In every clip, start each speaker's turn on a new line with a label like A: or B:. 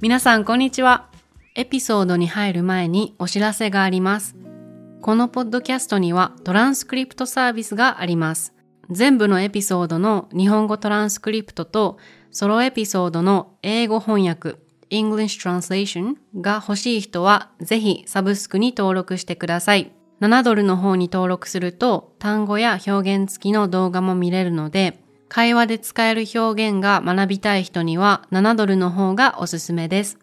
A: 皆さんこんにちはエピソードに入る前にお知らせがありますこのポッドキャストにはトランスクリプトサービスがあります全部のエピソードの日本語トランスクリプトとソロエピソードの英語翻訳 English Translation が欲しい人はぜひサブスクに登録してください7ドルの方に登録すると単語や表現付きの動画も見れるので会話で使える表現が学びたい人には7ドルの方がおすすめです。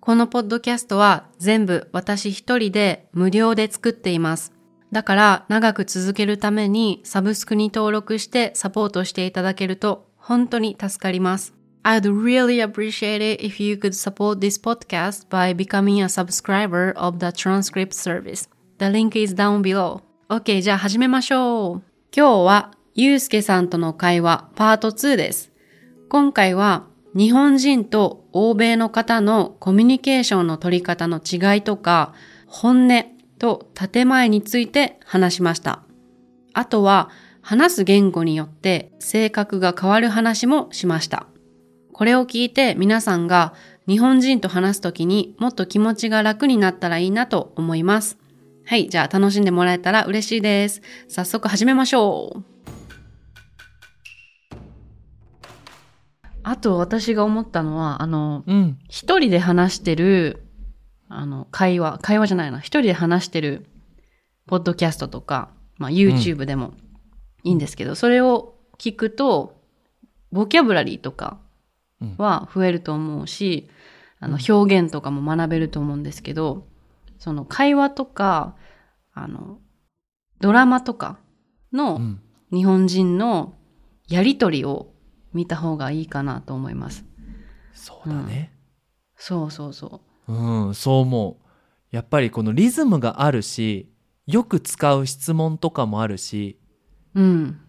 A: このポッドキャストは全部私一人で無料で作っています。だから長く続けるためにサブスクに登録してサポートしていただけると本当に助かります。I'd really appreciate it if you could support this podcast by becoming a subscriber of the transcript service. The link is down below. OK, じゃあ始めましょう。今日はゆうすけさんとの会話パート2です。今回は日本人と欧米の方のコミュニケーションの取り方の違いとか、本音と建前について話しました。あとは話す言語によって性格が変わる話もしました。これを聞いて皆さんが日本人と話すときにもっと気持ちが楽になったらいいなと思います。はい、じゃあ楽しんでもらえたら嬉しいです。早速始めましょう。あと私が思ったのは、あの、
B: うん。
A: 一人で話してる、あの、会話、会話じゃないな、一人で話してる、ポッドキャストとか、まあ、YouTube でもいいんですけど、それを聞くと、ボキャブラリーとかは増えると思うし、あの、表現とかも学べると思うんですけど、その会話とか、あの、ドラマとか
B: う
A: の
B: ん。
A: 日本人のやりとりを見た方がいいかなと思います。
B: そうだね。
A: そうそうそう。
B: うん、そう思う。やっぱりこのリズムがあるし、よく使う質問とかもあるし、
A: うん。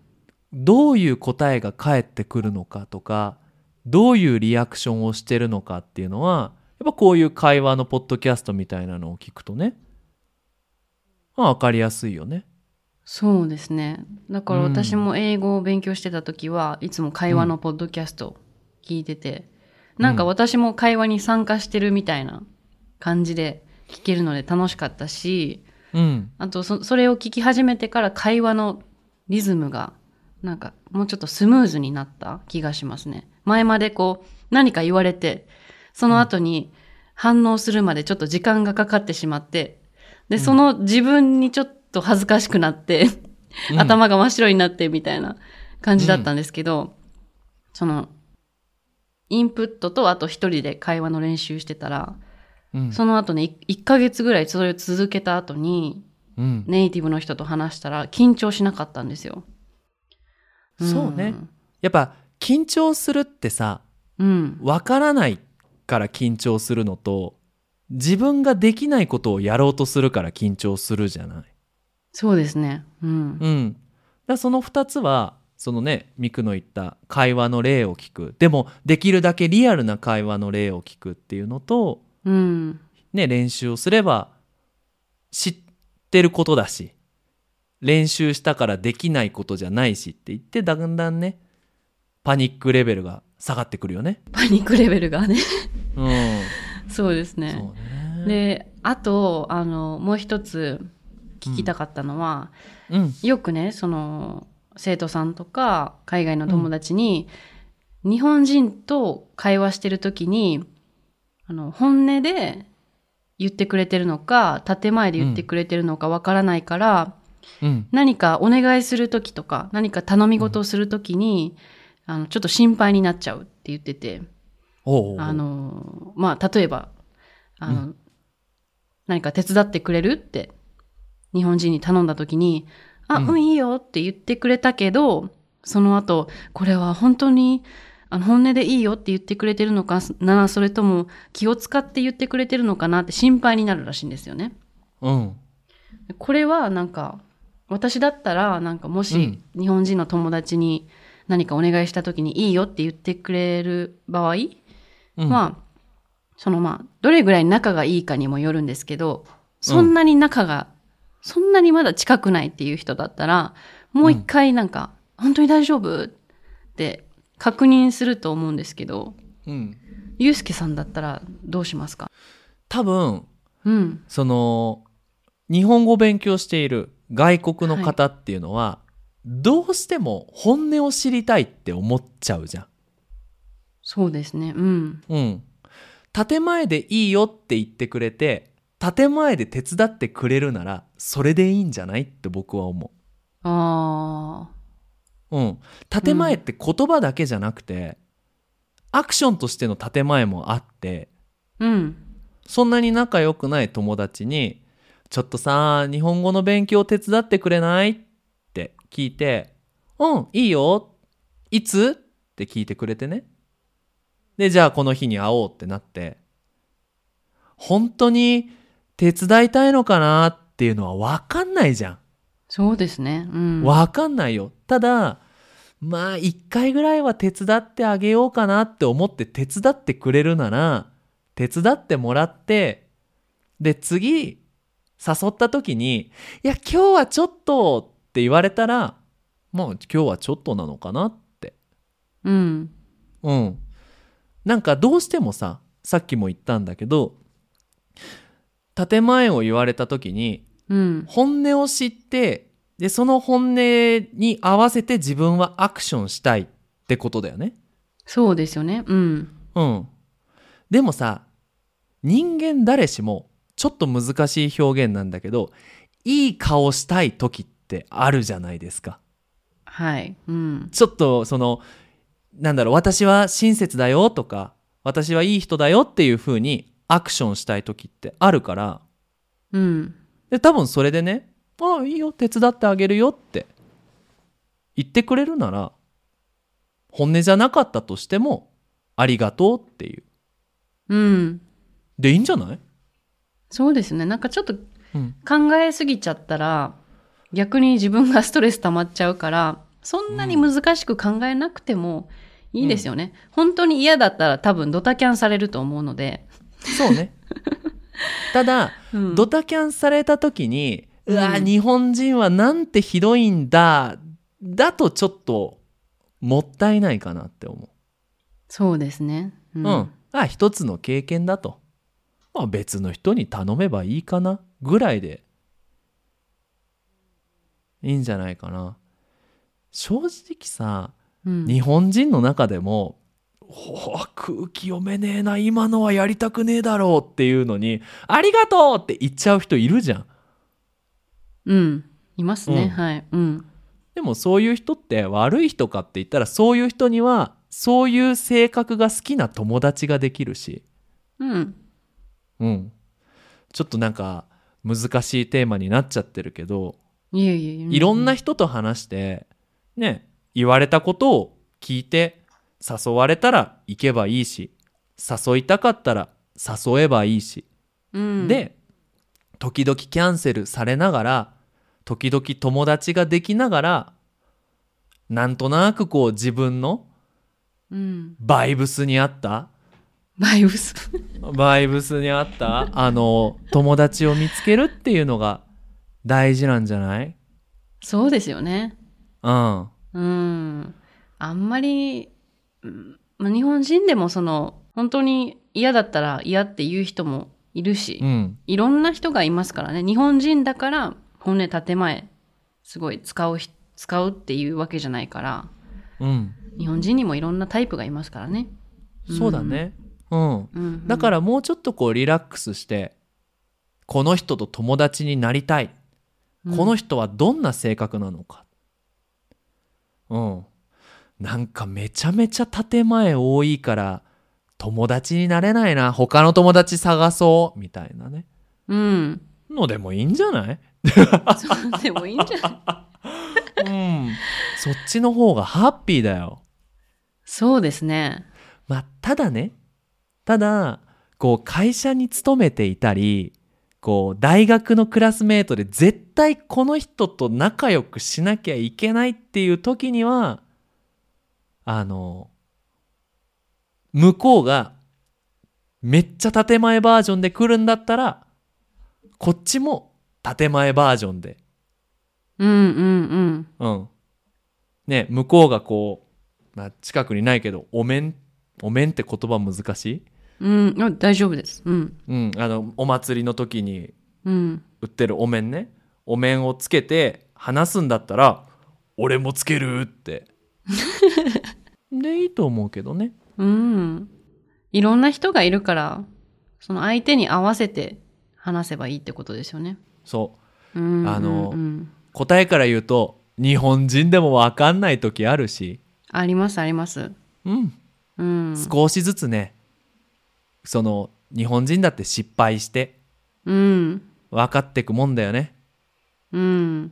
B: どういう答えが返ってくるのかとか、どういうリアクションをしてるのかっていうのは、やっぱこういう会話のポッドキャストみたいなのを聞くとね、まあ分かりやすいよね。
A: そうですね。だから
B: うん
A: 私も英語を勉強してた時は、いつも会話のポッドキャストを聞いてて、なんか私も会話に参加してるみたいな感じで聞けるので楽しかったし、
B: うん。
A: あとそそれを聞き始めてから会話のリズムがなんかもうちょっとスムーズになった気がしますね。前までこう何か言われて、その後に反応するまでちょっと時間がかかってしまって、で、その自分にちょっと恥ずかしくなって、
B: うん
A: 頭が真っ白になってみたいな感じだったんですけど、その、インプットとあと一人で会話の練習してたら、
B: うん
A: その後ね、1ヶ月ぐらいそれを続けた後に、
B: うん
A: ネイティブの人と話したら緊張しなかったんですよ。
B: そうね。やっぱ緊張するってさ、
A: うん。
B: わからないから緊張するのと自分ができないことをやろうとするから緊張するじゃない。
A: そうですね。うん。
B: うん、だからその2つはそのねミクの言った会話の例を聞くでもできるだけリアルな会話の例を聞くっていうのと、
A: うん。
B: ね、練習をすれば知ってることだし練習したからできないことじゃないしって言ってだんだんねパニックレベルが下がってくるよね。
A: パニックレベルがね。
B: うん、
A: そうですね。
B: そうね
A: で、あと、あの、もう一つ聞きたかったのは、
B: うん
A: よくねその生徒さんとか海外の友達に、日本人と会話してる時にあの本音で言ってくれてるのか建前で言ってくれてるのかわからないから、
B: うん
A: 何かお願いする時とか何か頼み事をする時に、あのちょっと心配になっちゃうって言ってて
B: おうおうおう
A: あのまあ例えばあの、何か手伝ってくれるって日本人に頼んだ時に「あ
B: うん
A: うんいいよ」って言ってくれたけどその後これは本当にあの本音でいいよって言ってくれてるのかなそれとも気を使って言ってくれてるのかなって心配になるらしいんですよね。
B: うん
A: これはなんか私だったらなんかもし日本人の友達に何かお願いした時に「いいよ」って言ってくれる場合
B: うん
A: まあ、そのまあ、どれぐらい仲がいいかにもよるんですけど、そんなに仲が、そんなにまだ近くないっていう人だったら、もう一回なんか、本当に大丈夫って確認すると思うんですけど、
B: うん
A: ゆうすけさんだったらどうしますか
B: 多分
A: うん。
B: その日本語を勉強している外国の方っていうのは、どうしても本音を知りたいって思っちゃうじゃん。
A: そうですね。うん。
B: うん。建前でいいよって言ってくれて建前で手伝ってくれるならそれでいいんじゃないって僕は思
A: ああ。
B: う。うん。建前って言葉だけじゃなくて、アクションとしての建前もあって
A: うん。
B: そんなに仲良くない友達に、ちょっとさ、日本語の勉強手伝ってくれないって聞いて、うん、いいよ。いつって聞いてくれてね。で、じゃあこの日に会おうってなって、本当に手伝いたいのかなっていうのはわかんないじゃ
A: そうですね。うん。
B: ん。わかんないよ。ただ、まあ一回ぐらいは手伝ってあげようかなって思って手伝ってくれるなら手伝ってもらってで次誘った時に「いや今日はちょっと」って言われたらまあ今日はちょっとなのかなって
A: うん。
B: うんなんかどうしてもささっきも言ったんだけど建前を言われた時に
A: うん。
B: 本音を知ってでその本音に合わせて自分はアクションしたいってことだよね
A: そうですよね。うん。
B: うんでもさ人間誰しもちょっと難しい表現なんだけどいい顔したい時ってあるじゃないですか
A: はい。うん。
B: ちょっとそのなんだろう私は親切だよとか私はいい人だよっていう風にアクションしたい時ってあるから
A: うん。
B: で多分それでね「ああいいよ手伝ってあげるよ」って言ってくれるなら本音じゃなかったとしても「ありがとう」っていう
A: うん。
B: でいいんじゃない、
A: そうですね。なんかちょっと
B: うん、
A: 考えすぎちゃったら、逆に自分がストレス溜まっちゃうから、そんなに難しく考えなくてもいいですよね。本当に嫌だったら多分ドタキャンされると思うので。
B: そ うねただ
A: うん
B: ドタキャンされた時に「うわ
A: うん
B: 日本人はなんてひどいんだ」だとちょっともったいないかなって思
A: そうですね。う
B: う。うん、あ一つの経験だと、まあ、別の人に頼めばいいかなぐらいでいいんじゃないかな正直さ
A: うん
B: 日本人の中でも、ほう空気読めねえな今のはやりたくねえだろうっていうのに「ありがとう!」って言っちゃう人いるじゃん。
A: うん。いますね。
B: うん
A: はい。うん。
B: でもそういう人って悪い人かって言ったらそういう人にはそういう性格が好きな友達ができるし、
A: うん。
B: うん、ちょっとなんか難しいテーマになっちゃってるけど、
A: いえいえ。う
B: いろんな。人と話してね言われたことを聞いて誘われたら行けばいいし誘いたかったら誘えばいいし
A: うん。、
B: で時々キャンセルされながら時々友達ができながらなんとなくこう自分の
A: うん。
B: バイブスに合った
A: バイブス。
B: バイブスに合ったあの友達を見つけるっていうのが大事なんじゃない
A: そうですよね。
B: うん
A: うん。あんまり、うんまあ、日本人でもその、本当に嫌だったら嫌って言う人もいるし、
B: うん
A: いろんな人がいますからね。日本人だから、本音建前、すごい使うひ、使うっていうわけじゃないから、
B: うん
A: 日本人にもいろんなタイプがいますからね。
B: そうだねうん
A: うんうん。
B: だからもうちょっとこうリラックスしてこの人と友達になりたい
A: うん、
B: この人はどんな性格なのか。うん。なんかめちゃめちゃ建前多いから、友達になれないな。他の友達探そう。みたいなね。
A: うん。
B: のでもいいんじゃない
A: そうでもいいんじゃない
B: うん。そっちの方がハッピーだよ。
A: そうですね。
B: まあ、ただね。ただ、こう会社に勤めていたり、こう大学のクラスメートで絶対この人と仲良くしなきゃいけないっていう時にはあの向こうがめっちゃ建前バージョンで来るんだったらこっちも建前バージョンで
A: うんうん
B: うん。ね、向こうがこう、まあ、近くにないけど、お面、お面って言葉難しい
A: うん、あ大丈夫です。うん。
B: うん、あのお祭りの時に
A: うん。
B: 売ってるお面ねお面をつけて話すんだったら「俺もつける」って でいいと思うけどね
A: うん。いろんな人がいるから、その相手に合わせて話せばいいってことですよね。
B: そう
A: うん。
B: あの
A: うんうん
B: 答えから言うと日本人でも分かんない時あるし、
A: ありますあります。
B: うん、
A: うん。
B: 少しずつねその日本人だって失敗して
A: うん。
B: 分かってくもんだよね
A: うん。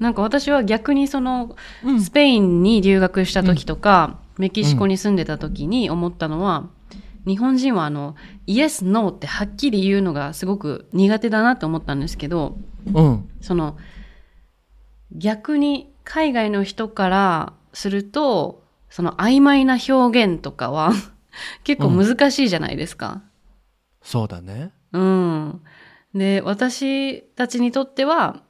A: なんか私は逆にその、
B: うん
A: スペインに留学した時とか、メキシコに住んでた時に思ったのは、日本人はあの、イエス、ノーってはっきり言うのがすごく苦手だなと思ったんですけど、
B: うん
A: その、逆に海外の人からすると、その曖昧な表現とかは 結構難しいじゃないですか。
B: そうだね
A: うん。で、私たちにとっては、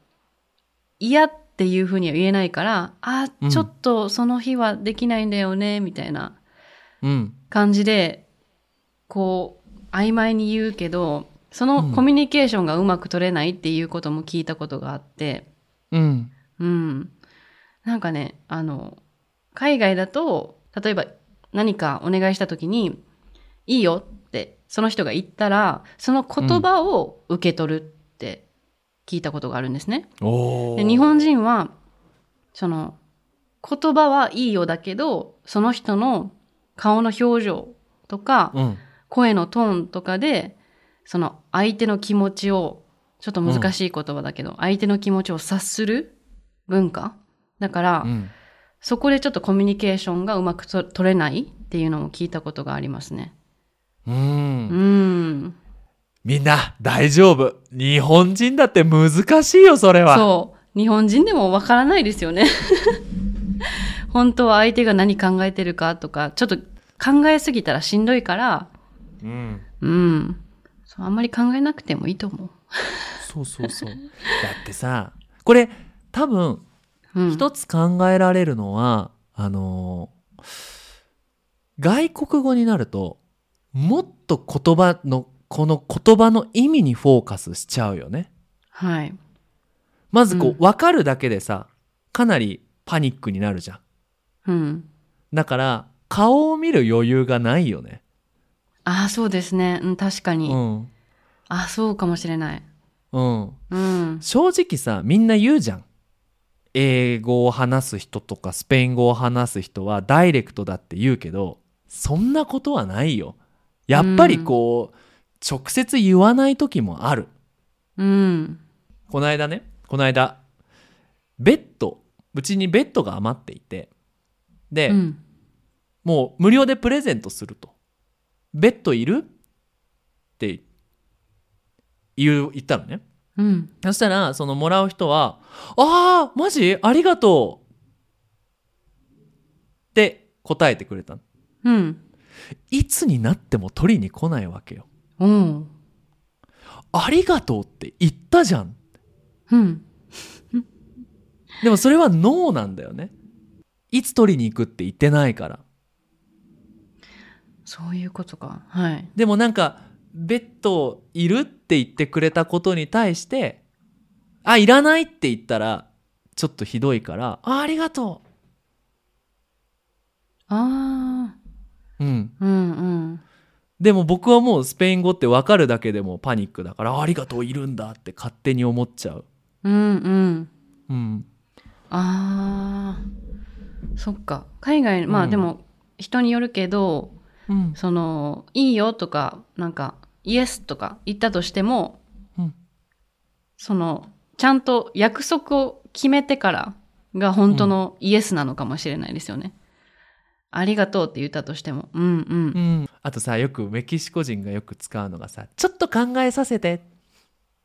A: 嫌っていうふうには言えないから、あ
B: う、ん
A: ちょっとその日はできないんだよね、みたいな
B: うん
A: 感じで、こう、曖昧に言うけど、そうの
B: ん
A: コミュニケーションがうまく取れないっていうことも聞いたことがあって、
B: うん
A: うん。なんかね、あの、海外だと、例えば何かお願いしたときに、いいよって、その人が言ったら、その言葉を受け取るって聞いたことがあるんですね。
B: お
A: で日本人は、その、言葉はいいよだけど、その人の顔の表情とか、
B: うん
A: 声のトーンとかで、その相手の気持ちを、ちょっと難しい言葉だけど、相手の気持ちを察する文化だから、
B: うん
A: そこでちょっとコミュニケーションがうまくと取れないっていうのも聞いたことがありますね。
B: うん
A: うん。
B: みんな大丈夫日本人だって難しいよそれは
A: そう。日本人でもわからないですよね。 本当は相手が何考えてるかとか、ちょっと考えすぎたらしんどいから、
B: う、ん、
A: うん。そうあんまり考えなくてもいいと思う。
B: そうそうそうだってさこれ多分
A: うん、
B: 一つ考えられるのは、あのー外国語になるともっと言葉のこの言葉の意味にフォーカスしちゃうよね
A: はい。
B: まずこう、
A: うん
B: 分かるだけでさかなりパニックになるじゃん
A: うん。
B: だから顔を見る余裕がないよね
A: ああ、そうですね。うん、確かに。
B: うん
A: ああ、そうかもしれない。
B: うん
A: うん。
B: 正直さみんな言うじゃん英語を話す人とかスペイン語を話す人はダイレクトだって言うけどそんなことはないよやっぱりこう、直接言わない時もある
A: うん。
B: この間ねこの間ベッドうちにベッドが余っていてで、
A: うん。
B: もう無料でプレゼントするとベッドいるって言う言ったのね
A: うん。
B: そしたら、そのもらう人は、ああ、マジありがとうって答えてくれたの。
A: うん。
B: いつになっても取りに来ないわけよ。
A: うん。
B: ありがとうって言ったじゃん。
A: うん。
B: でもそれはノーなんだよね。いつ取りに行くって言ってないから。
A: そういうことか。はい。
B: でもなんか、ベッドいるって言ってくれたことに対して、あ、いらないって言ったら、ちょっとひどいから、あ、ありがと
A: あ
B: う。うん。
A: あ。うんうん。
B: でも僕はもうスペイン語って分かるだけでもパニックだからあありがとういるんだって勝手に思っちゃう。
A: うんうん。
B: うん。
A: ああ。そっか。海外、まあ、
B: うん
A: でも、人によるけど、
B: うん。
A: その、いいよとか、なんか、イエスとか言ったとしても、
B: うん
A: その、ちゃんと約束を決めてからが本当のイエスなのかもしれないですよね。ありがとうって言ったとしても。うんうん。
B: うん、あとさよくメキシコ人がよく使うのがさちょっと考えさせてっ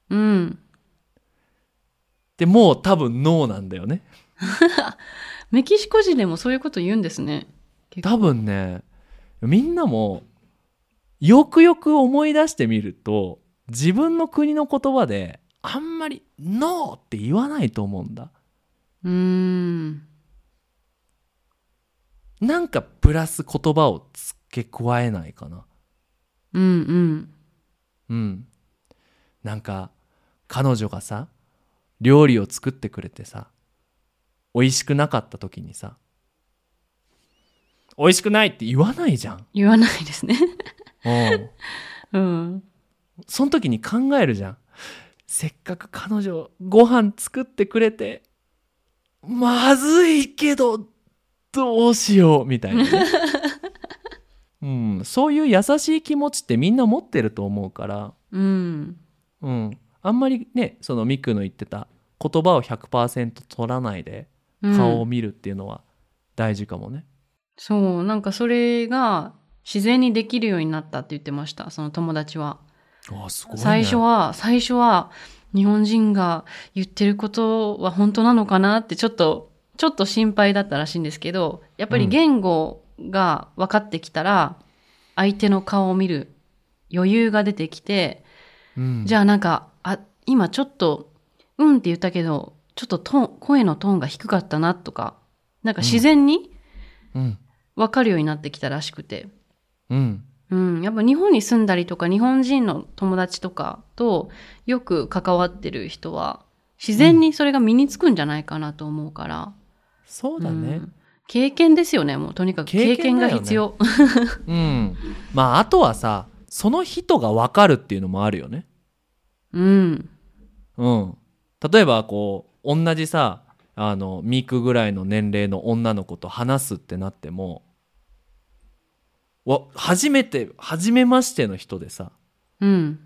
A: うん。
B: てもう多分ノーなんだよね。
A: メキシコ人でもそういうこと言うんですね。
B: 多分ねみんなもよくよく思い出してみると自分の国の言葉であんまりノーって言わないと思うんだ。
A: うーん。
B: なんかプラス言葉を付け加えないかな。
A: うんうん。
B: うん。なんか、彼女がさ、料理を作ってくれてさ、美味しくなかった時にさ、美味しくないって言わないじゃん。
A: 言わないですね。
B: うん。
A: うん。
B: その時に考えるじゃん。せっかく彼女、ご飯作ってくれて、まずいけど、どうしよう、みたいなね、 うん、そういう優しい気持ちってみんな持ってると思うから、
A: うん。
B: うん、あんまりねそのミクの言ってた言葉を100%取らないで
A: うん
B: 顔を見るっていうのは大事かもね、
A: そう、なんかそれが自然にできるようになったって言ってました、その友達は。
B: あすごいね
A: 最初は、最初は日本人が言ってることは本当なのかなってちょっと、ちょっと心配だったらしいんですけど、やっぱ
B: う
A: り
B: ん
A: 言語が分かってきたら、相手の顔を見る余裕が出てきて、
B: うん、
A: じゃあなんか、あ、今ちょっと、うんって言ったけど、ちょっとトーン、声のトーンが低かったなとか、なんか自然に
B: うん
A: 分かるようになってきたらしくて。
B: うん
A: うん、やっぱ日本に住んだりとか日本人の友達とかとよく関わってる人は自然にそれが身につくんじゃないかなと思うから、
B: そうだ
A: う
B: ね
A: ん経験ですよねもうとにかく経
B: 経
A: 験
B: 験だ
A: が
B: よね
A: 必要、
B: うん、まああとはさその人が分かるっていうのもあるよね
A: うん
B: うん例えばこう同じさあのミクぐらいの年齢の女の子と話すってなってもわ初めて初めましての人でさ
A: うん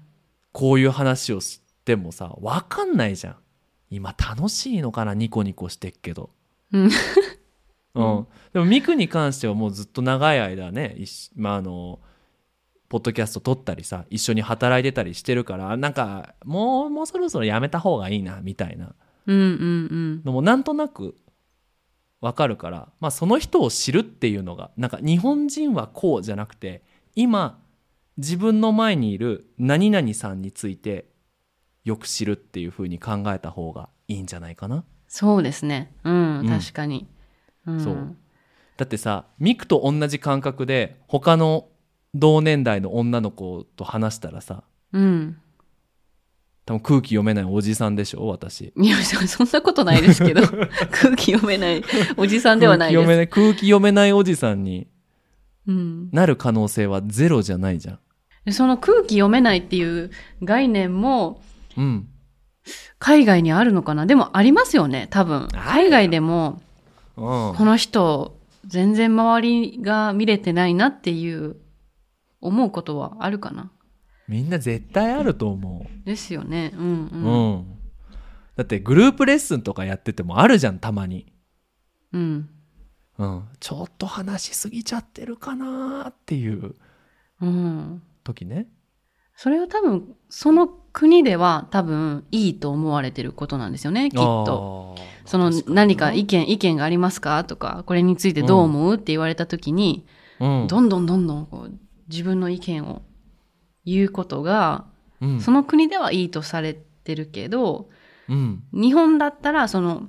B: こういう話をしてもさ、わかんないじゃん。今楽しいのかなニコニコしてっけど。
A: うん
B: うん。でもミクに関してはもうずっと長い間ね、一緒まああの、ポッドキャスト撮ったりさ、一緒に働いてたりしてるから、なんか、もう、もうそろそろやめた方がいいな、みたいな
A: うんうん
B: のもなんとなくわかるから、まあその人を知るっていうのが、なんか日本人はこうじゃなくて、今、自分の前にいる何々さんについてよく知るっていうふうに考えた方がいいんじゃないかな。
A: そうですねうん、
B: うん
A: 確かに、うん、
B: そうだってさミクと同じ感覚で他の同年代の女の子と話したらさ
A: うん
B: 多分空気読めないおじさんでしょ私
A: いや そそんなことないです けど空気読めないおじさんではない
B: 空気
A: で
B: 読め
A: す、
B: ない空気読めないおじさんに
A: うん、
B: なる可能性はゼロじゃないじゃん
A: でその空気読めないっていう概念も
B: うん
A: 海外にあるのかなでもありますよね、多分。
B: ある
A: 海外でも、
B: うん
A: この人、全然周りが見れてないなっていう、思うことはあるかな
B: みんな絶対あると思
A: ですよね。うん
B: う、
A: う。
B: うんんだってグループレッスンとかやっててもあるじゃんたまに、
A: うん。
B: うん、ちょっと話しすぎちゃってるかなーっていう
A: うん。
B: 時ね
A: それは多分、その国では多分、いいと思われてることなんですよね、きっと。
B: あー
A: その
B: 確にな
A: 何か意見、意見がありますかとか、これについてどう思う、って言われた時に、
B: うん
A: どんどんどんどんこう自分の意見を言うことが
B: うん
A: その国ではいいとされてるけど、
B: うん
A: 日本だったら、その、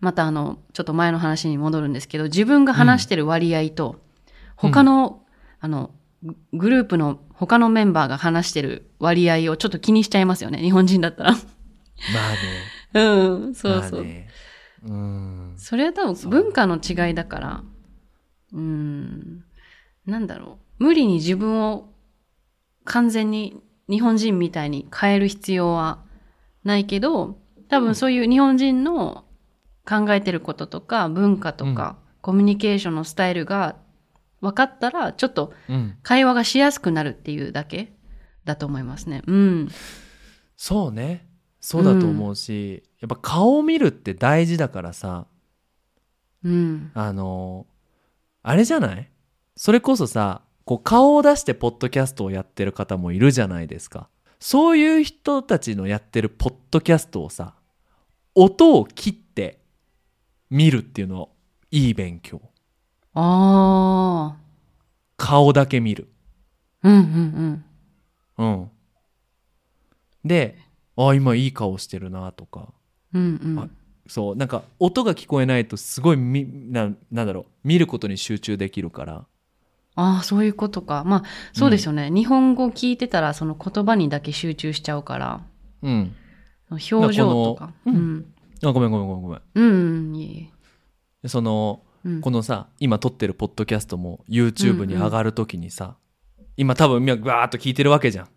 A: またあの、ちょっと前の話に戻るんですけど、自分が話してる割合と、
B: うん
A: 他の、あの、ググループの他のメンバーが話してる割合をちょっと気にしちゃいますよね、日本人だったら。
B: まあね
A: うん、そうそ
B: まあ
A: う。
B: ねうん
A: それは多分文化の違いだから、うん、なんだろう。無理に自分を完全に日本人みたいに変える必要はないけど、多分そういう日本人の考えてることとか文化とか、コミュニケーションのスタイルが分かったら、ちょっと
B: うん
A: 会話がしやすくなるっていうだけだと思いますね。うん。
B: そうねそうだと思うし、やっぱ顔を見るって大事だからさ
A: うん。
B: あのあれじゃないそれこそさこう顔を出してポッドキャストをやってる方もいるじゃないですかそういう人たちのやってるポッドキャストをさ音を切って見るっていうのいい勉強
A: ああ。
B: 顔だけ見る
A: うんうんうん。
B: うんであ今いい顔してるなとか
A: うんうん。
B: あそうなんか音が聞こえないとすごいみななんだろう見ることに集中できるから
A: ああ、そういうことか。まあ、そうですよね。日本語聞いてたら、その言葉にだけ集中しちゃうから、
B: うん。
A: 表情とか。
B: こ
A: う。
B: のうんあ、ごめんごめんごめんごめん
A: うん、うんいえいえ
B: で。その、
A: うん
B: このさ、今撮ってるポッドキャストも YouTube に上がるときにさ、今多分みんなガーッと聞いてるわけじゃん。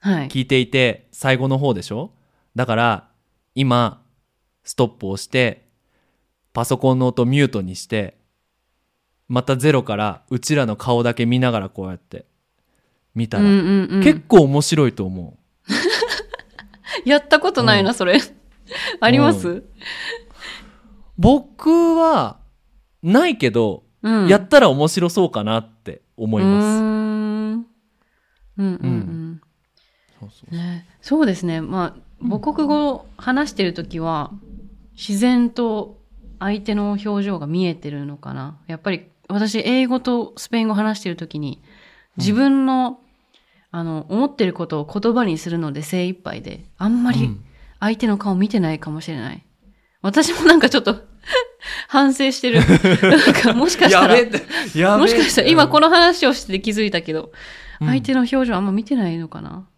A: はい。
B: 聞いていて、最後の方でしょだから、今、ストップを押して、パソコンの音ミュートにして、またゼロからうちらの顔だけ見ながらこうやって見た
A: うん
B: ら、
A: うんうん。
B: 結構面白いと思
A: やったことないな、それ。 あります
B: う。僕は、ないけど、
A: うん。
B: やったら面白そうかなって思います。
A: うーんうんうん
B: そうそ
A: う
B: う
A: ん。ね、そうですね。まあ、母国語を話してるときは、自然と相手の表情が見えてるのかな。やっぱり、私、英語とスペイン語話してるときに、自分の、あの、思ってることを言葉にするので精一杯で、あんま
B: う
A: り
B: ん
A: 相手の顔見てないかもしれない。私もなんかちょっと、 反省してる。なんか、もしかした
B: や
A: ら
B: べえっ。て、やべ
A: も
B: えって
A: しかしたら今この話をしてて気づいたけど、
B: うん
A: 相手の表情あんま見てないのかな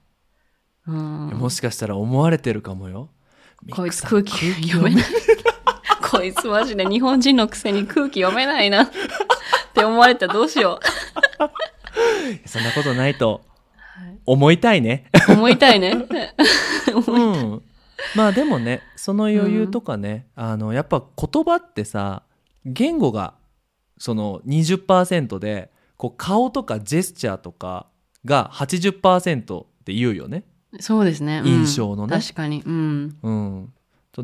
A: うん。
B: もしかしたら思われてるかもよ。
A: こいつ
B: ミッ
A: 空
B: ク
A: 気
B: さん
A: 読めない。こいつマジで日本人のくせに空気読めないなって思われたらどうしよう。
B: そんなことないと思いたいね。
A: 思いたいね。
B: うん、まあでもねその余裕とかね、あのやっぱ言葉ってさ言語がその20%でこう顔とかジェスチャーとかが80%って言うよね。
A: そうですね。うん
B: 印象のね
A: 確かに。うん。
B: うん、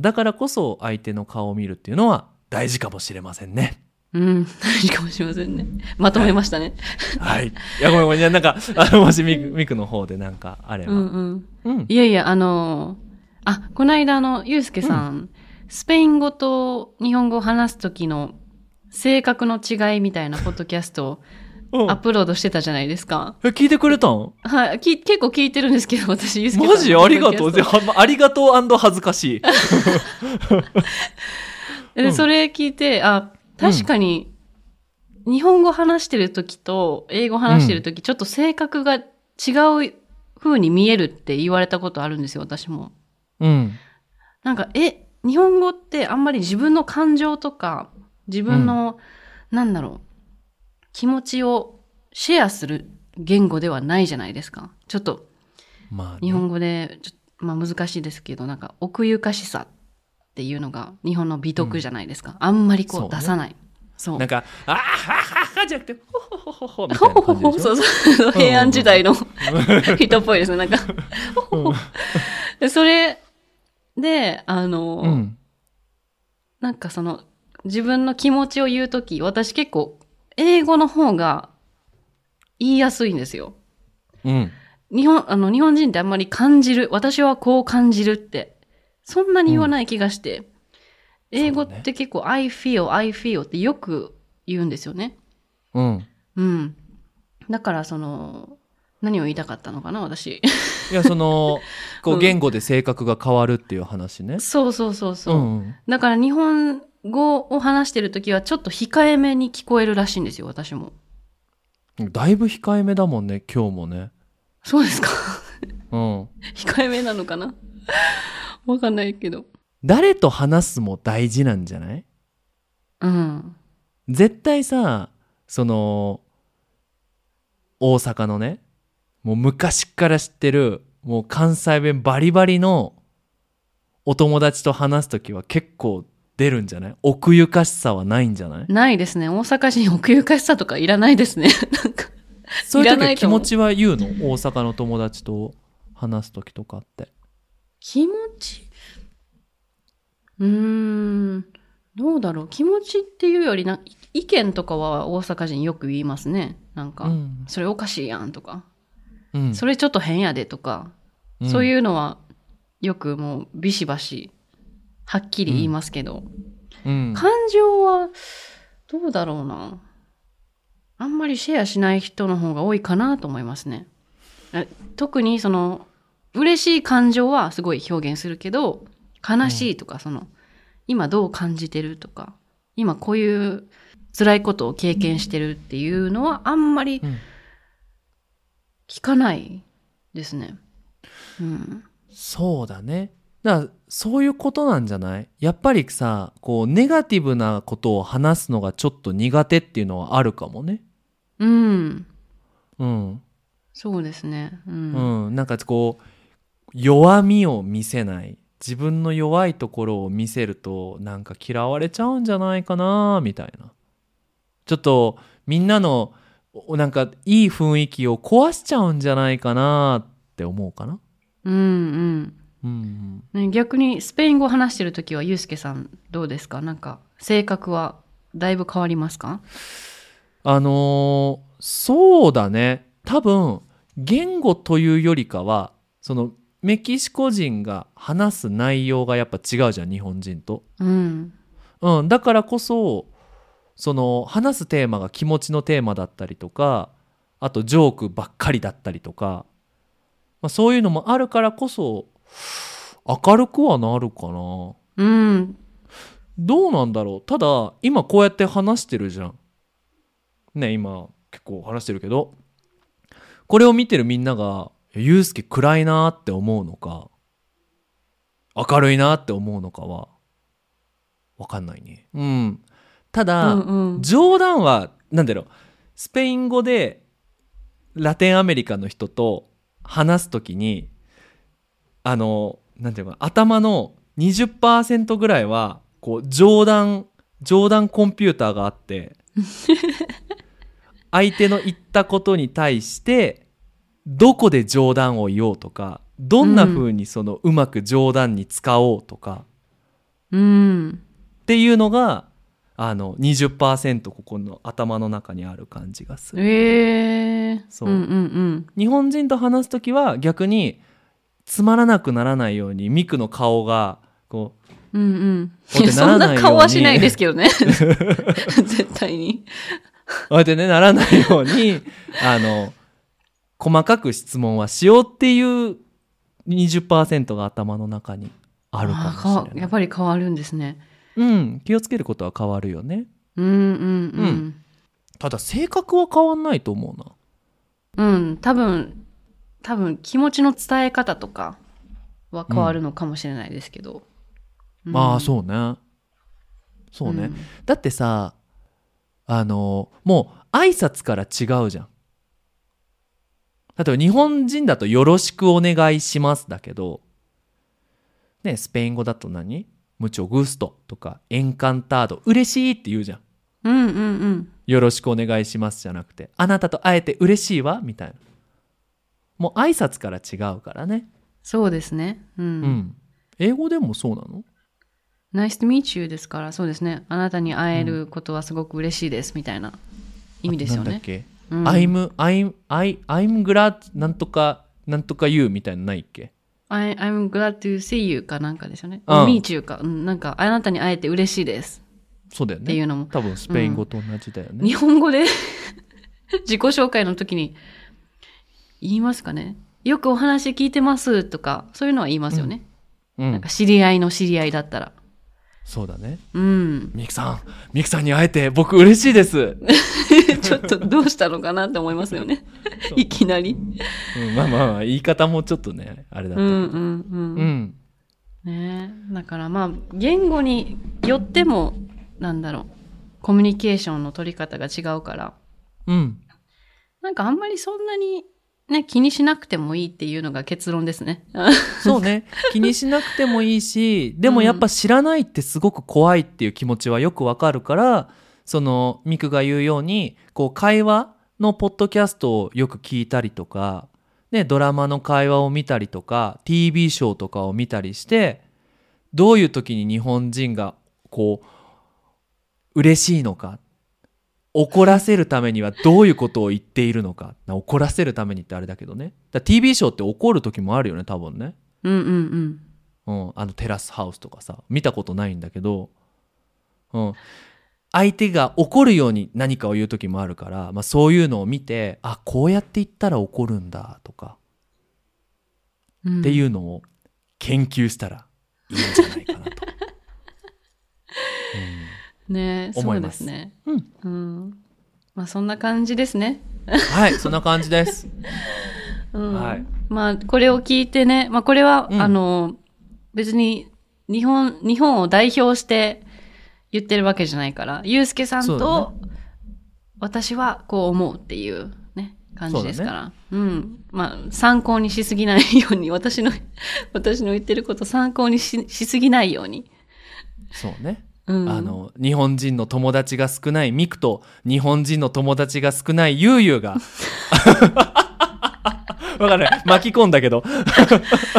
B: だからこそ相手の顔を見るっていうのは大事かもしれませんね。
A: うん。 大事かもしれませんね。まとめましたね。
B: はい。いやごめんごめんいやなん かあのもしミクミクの方でなんかあれば。
A: うんうん。
B: うん
A: いやいや、あのーあ、この間、あの、ゆうすけさん,、スペイン語と日本語を話すときの性格の違いみたいなポッドキャストを
B: うん
A: アップロードしてたじゃないですか。
B: え聞いてくれたん
A: はい、き結構聞いてるんですけど、私、ゆうすけさんの
B: マジありがと
A: ポ
B: う。
A: ッドキ
B: で
A: ャス
B: はまありがとう恥ず かしい。
A: トでそれ聞いて、あ、確かに、日本語話してるときと英語話してるとき、ちょっと性格が違う風に見えるって言われたことあるんですよ、私も。
B: うん。
A: なんか、え、日本語ってあんまり自分の感情とか、自分の、なんだろう、気持ちをシェアする言語ではないじゃないですか。ちょっと、
B: まあね、
A: 日本語で、ちょまあ難しいですけど、なんか、奥ゆかしさっていうのが日本の美徳じゃないですか。あんまり
B: そ
A: こ
B: う
A: う
B: ね
A: 出さない。そう,、
B: なんか、あーはははじゃなくて、ほほほほほみた
A: ほ
B: いな
A: ほ
B: 感じ
A: ほほ
B: でし
A: そ
B: ょ
A: うそうそう、平安時代の 人っぽいですね。なんか、ほほほでそれで、あの、
B: うん。
A: なんかその、自分の気持ちを言うとき、私結構、英語の方が言いやすいんですよ。
B: うん。
A: 日本、あの、日本人ってあんまり感じる。私はこう感じるって。そんなに言わない気がして。英語って結構、I feel, I feel ってよく言うんですよね。
B: うん。
A: うん。だからその、何を言いたかったのかな、私。
B: いや、その、こ
A: う
B: う、
A: ん
B: 言語で性格が変わるっていう話ね。
A: そうそうそうそうう。
B: ん。
A: だから日本語を話してるときはちょっと控えめに聞こえるらしいんですよ、私も。
B: だいぶ控えめだもんね、今日もね。
A: そうですか
B: うん。
A: 控えめなのかな わかんないけど。
B: 誰と話すも大事なんじゃない
A: うん。
B: 絶対さ、その、大阪のね、もう昔から知ってる、もう関西弁バリバリのお友達と話すときは結構出るんじゃない奥ゆかしさはないんじゃない
A: ないですね。大阪人奥ゆかしさとかいらないですね。なんか。
B: そういう
A: いら
B: 時
A: な
B: はい気
A: と思
B: 持
A: う
B: ちは言うの大阪の友達と話す時とかって。
A: 気持ち。うーん。どうだろう。気持ちっていうよりな、い意見とかは大阪人よく言いますね。なんか、
B: うん
A: それおかしいやんとか、
B: うん
A: それちょっと変やでとか、そういううのはよくもうビシバシ、はっきり言いますけど。
B: ん。
A: 感情はどうだろうなあんまりシェアしない人の方が多いかなと思いますねあ特にその嬉しい感情はすごい表現するけど悲しいとか、その今どう感じてるとか今こういう辛いことを経験してるっていうのはあんまり
B: うん
A: 聞かないですね。うん。
B: そうだねだからそういうことなんじゃないやっぱりさこうネガティブなことを話すのがちょっと苦手っていうのはあるかもね
A: うん。
B: うん、
A: そうですね。う。
B: うんんなんかこう弱みを見せない自分の弱いところを見せるとなんか嫌われちゃうんじゃないかなみたいなちょっとみんなのおなんかいい雰囲気を壊しちゃうんじゃないかなって思うかな
A: うん、うん、
B: うん
A: ね逆にスペイン語を話してる時はユうスケさんどうですかなんか性格はだいぶ変わりますか
B: あのーそうだね多分言語というよりかはそのメキシコ人が話す内容がやっぱ違うじゃん日本人と、
A: うん。
B: うん、だからこそその話すテーマが気持ちのテーマだったりとかあとジョークばっかりだったりとか、まあ、そういうのもあるからこそ明るくはなるかな
A: うん。
B: どうなんだろうただ今こうやって話してるじゃんね今結構話してるけどこれを見てるみんなが「ゆうすけ暗いな」って思うのか明るいなって思うのかは分かんないねうんた
A: う
B: だ、
A: んうん。
B: 冗談は何だろうスペイン語でラテンアメリカの人と話すときにあのなんていうのかな頭の20%ぐらいはこう冗談冗談コンピューターがあって 相手の言ったことに対してどこで冗談を言おうとかどんな風にそのうまく冗談に使おうとか、
A: うん。
B: っていうのがあの20%ここの頭の中にある感じがする
A: ええー。
B: そう
A: うんうん
B: 日本人と話す時は逆につまらなくならないようにミクの顔がこう
A: うん。うんうん。
B: こうやってな
A: そ
B: ら
A: ん
B: ないように
A: な顔はしないですけど ね。絶対に。
B: こうやってねならないように あの細かく質問はしようっていう20%が頭の中にあるかもし
A: あ
B: れ
A: ー
B: な
A: や
B: い
A: っ、ぱり変わるんですね。
B: うん、気をつけることは変わるよね
A: うんうん
B: ただ性格は変わんないと思うな
A: うん。うん。多分、多分気持ちの伝え方とかは変わるのかもしれないですけど。
B: まあ
A: う
B: そうねそうね、だってさあのもう挨拶から違うじゃん例えば日本人だと「よろしくお願いします」だけどねスペイン語だと何「ムチョグスト」とか「エンカンタード」「嬉しい」って言うじゃん
A: ん。うんうんうん。
B: 「よろしくお願いします」じゃなくて「あなたと会えて嬉しいわ」みたいなもう挨拶から違うからね
A: そうですね。う。
B: うんん、英語でもそうなの
A: nice to meet you ですから、そうですね。あなたに会えることはすごく嬉しいです、みたいな意味ですよ
B: なんだっ
A: ね。
B: け
A: うん、
B: I'm, I'm, I, I'm glad なんとか、なんとか you みたいなのないっけ
A: I, I'm glad to see you かなんかですよね。
B: うん
A: meet you か。うんなんか、あなたに会えて嬉しいです
B: そうだよね。
A: っていうのも。
B: 多分スペイン語と同じだよね。
A: 日本語で 自己紹介の時に言いますかね。よくお話聞いてますとか、そういうのは言いますよね。
B: う
A: なん
B: ん
A: か、、知り合いの知り合いだったら。
B: そうだね。
A: うん。
B: ミキさん、ミキさんに会えて僕嬉しいです。
A: ちょっとどうしたのかなって思いますよね。いきなり。
B: うん、まあまあまあ、言い方もちょっとね、あれだっ
A: う
B: た。
A: んうんうん。
B: うん。
A: ねえだからまあ言語によってもなんだろうコミュニケーションの取り方が違うから
B: うん。
A: なんかあんまりそんなにね気にしなくてもいいっていうのが結論ですね。
B: そうね。気にしなくてもいいし、でもやっぱ知らないってすごく怖いっていう気持ちはよくわかるから、その、ミクが言うように、こう、会話のポッドキャストをよく聞いたりとか、ね、ドラマの会話を見たりとか、TV ショーとかを見たりして、どういう時に日本人が、こう、嬉しいのか、怒らせるためにはどういうことを言っているのか、な怒らせるためにってあれだけどね。だから TV ショーって怒る時もあるよね、多分ね。
A: うんうんうん。
B: うん、あのテラスハウスとかさ見たことないんだけど、うん、相手が怒るように何かを言う時もあるから、まあ、そういうのを見てあこうやって言ったら怒るんだとか
A: うん
B: っていうのを研究したらいいんじゃないかなと。
A: ねえ
B: 思
A: そ
B: いうま
A: ですすね。
B: うん。
A: うん。まあそんな感じですね。
B: はい、そんな感じです。
A: うん
B: はい
A: まあ、これを聞いてね、まあ、これは、
B: うん
A: あの、別に、日本、日本を代表して言ってるわけじゃないから、ゆうすけさん
B: そうだ
A: と、私はこう思うっていうね、感じですから。うん。まあ、参考にしすぎないように、 私の、私の言ってること参考にししすぎないように。
B: そうね。
A: うん。
B: あ、の、日本人の友達が少ないミクと、日本人の友達が少ないユーユーが。 わかる巻き込んだけど、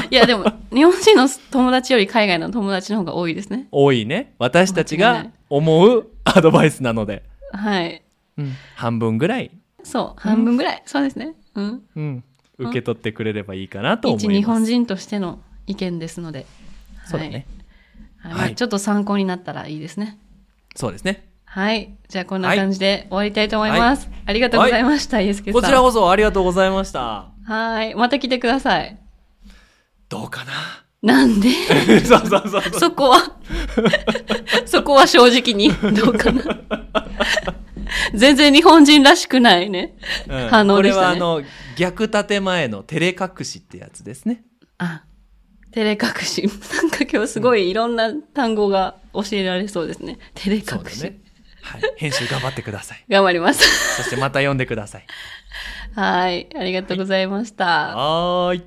A: いや、でも、日本人の友達より海外の友達の方が多いですね。
B: 多いね。私た
A: 間
B: ち
A: 違いな
B: が
A: い
B: 思うアドバイスなので。
A: はい。
B: うん、半分ぐらい、
A: そう、半分ぐらい。そうですね。うん。
B: うん、受け取ってくれればいいかなと思い
A: 一
B: ます。
A: 日本人としての意見ですので。
B: そうだね。
A: はい。
B: はい
A: まあちょっと参考になったらいいですね。
B: そうですね。
A: はい。じゃあこんな感じで終わりたいと思います。ありがとうございました、ゆうすけさん。
B: こちらこそありがとうございました。
A: はい。また来てください。
B: どうかな
A: なんで
B: そうそうそうそう。
A: そこは そこは正直に。どうかな 全然日本人らしくないね。
B: うん
A: 反応でし
B: これは
A: た
B: あ
A: ね
B: の、逆建前の照れ隠しってやつですね。
A: あ、照れ隠し。なんか今日すごいいろんな単語が教えられそうですね。照れ
B: そう
A: 隠
B: だ
A: し。
B: ね。はい。編集頑張ってください。
A: 頑張ります。
B: そしてまた読んでください。
A: はい。ありがとうございました。
B: はーい。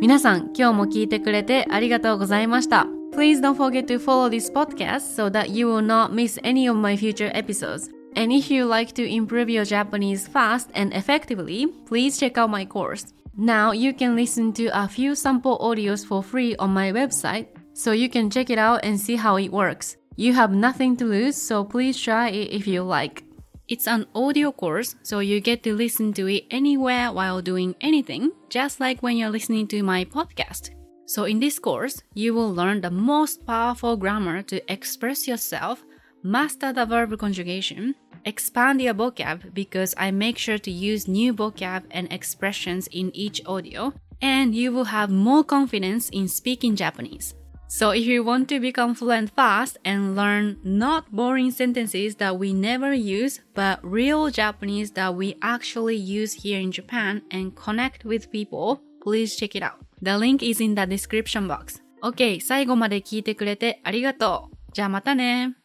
A: 皆さん、今日も聞いてくれてありがとうございました。Please don't forget to follow this podcast so that you will not miss any of my future episodes. And if you like to improve your Japanese fast and effectively, please check out my course. Now you can listen to a few sample audios for free on my website, so you can check it out and see how it works. You have nothing to lose, so please try it if you like. It's an audio course, so you get to listen to it anywhere while doing anything, just like when you're listening to my podcast. So, in this course, you will learn the most powerful grammar to express yourself, master the verb conjugation, expand your vocab because I make sure to use new vocab and expressions in each audio, and you will have more confidence in speaking Japanese. So if you want to become fluent fast and learn not boring sentences that we never use, but real Japanese that we actually use here in Japan and connect with people, please check it out. The link is in the description box. OK, 最後まで聞いてくれてありがとう。じゃあまたね。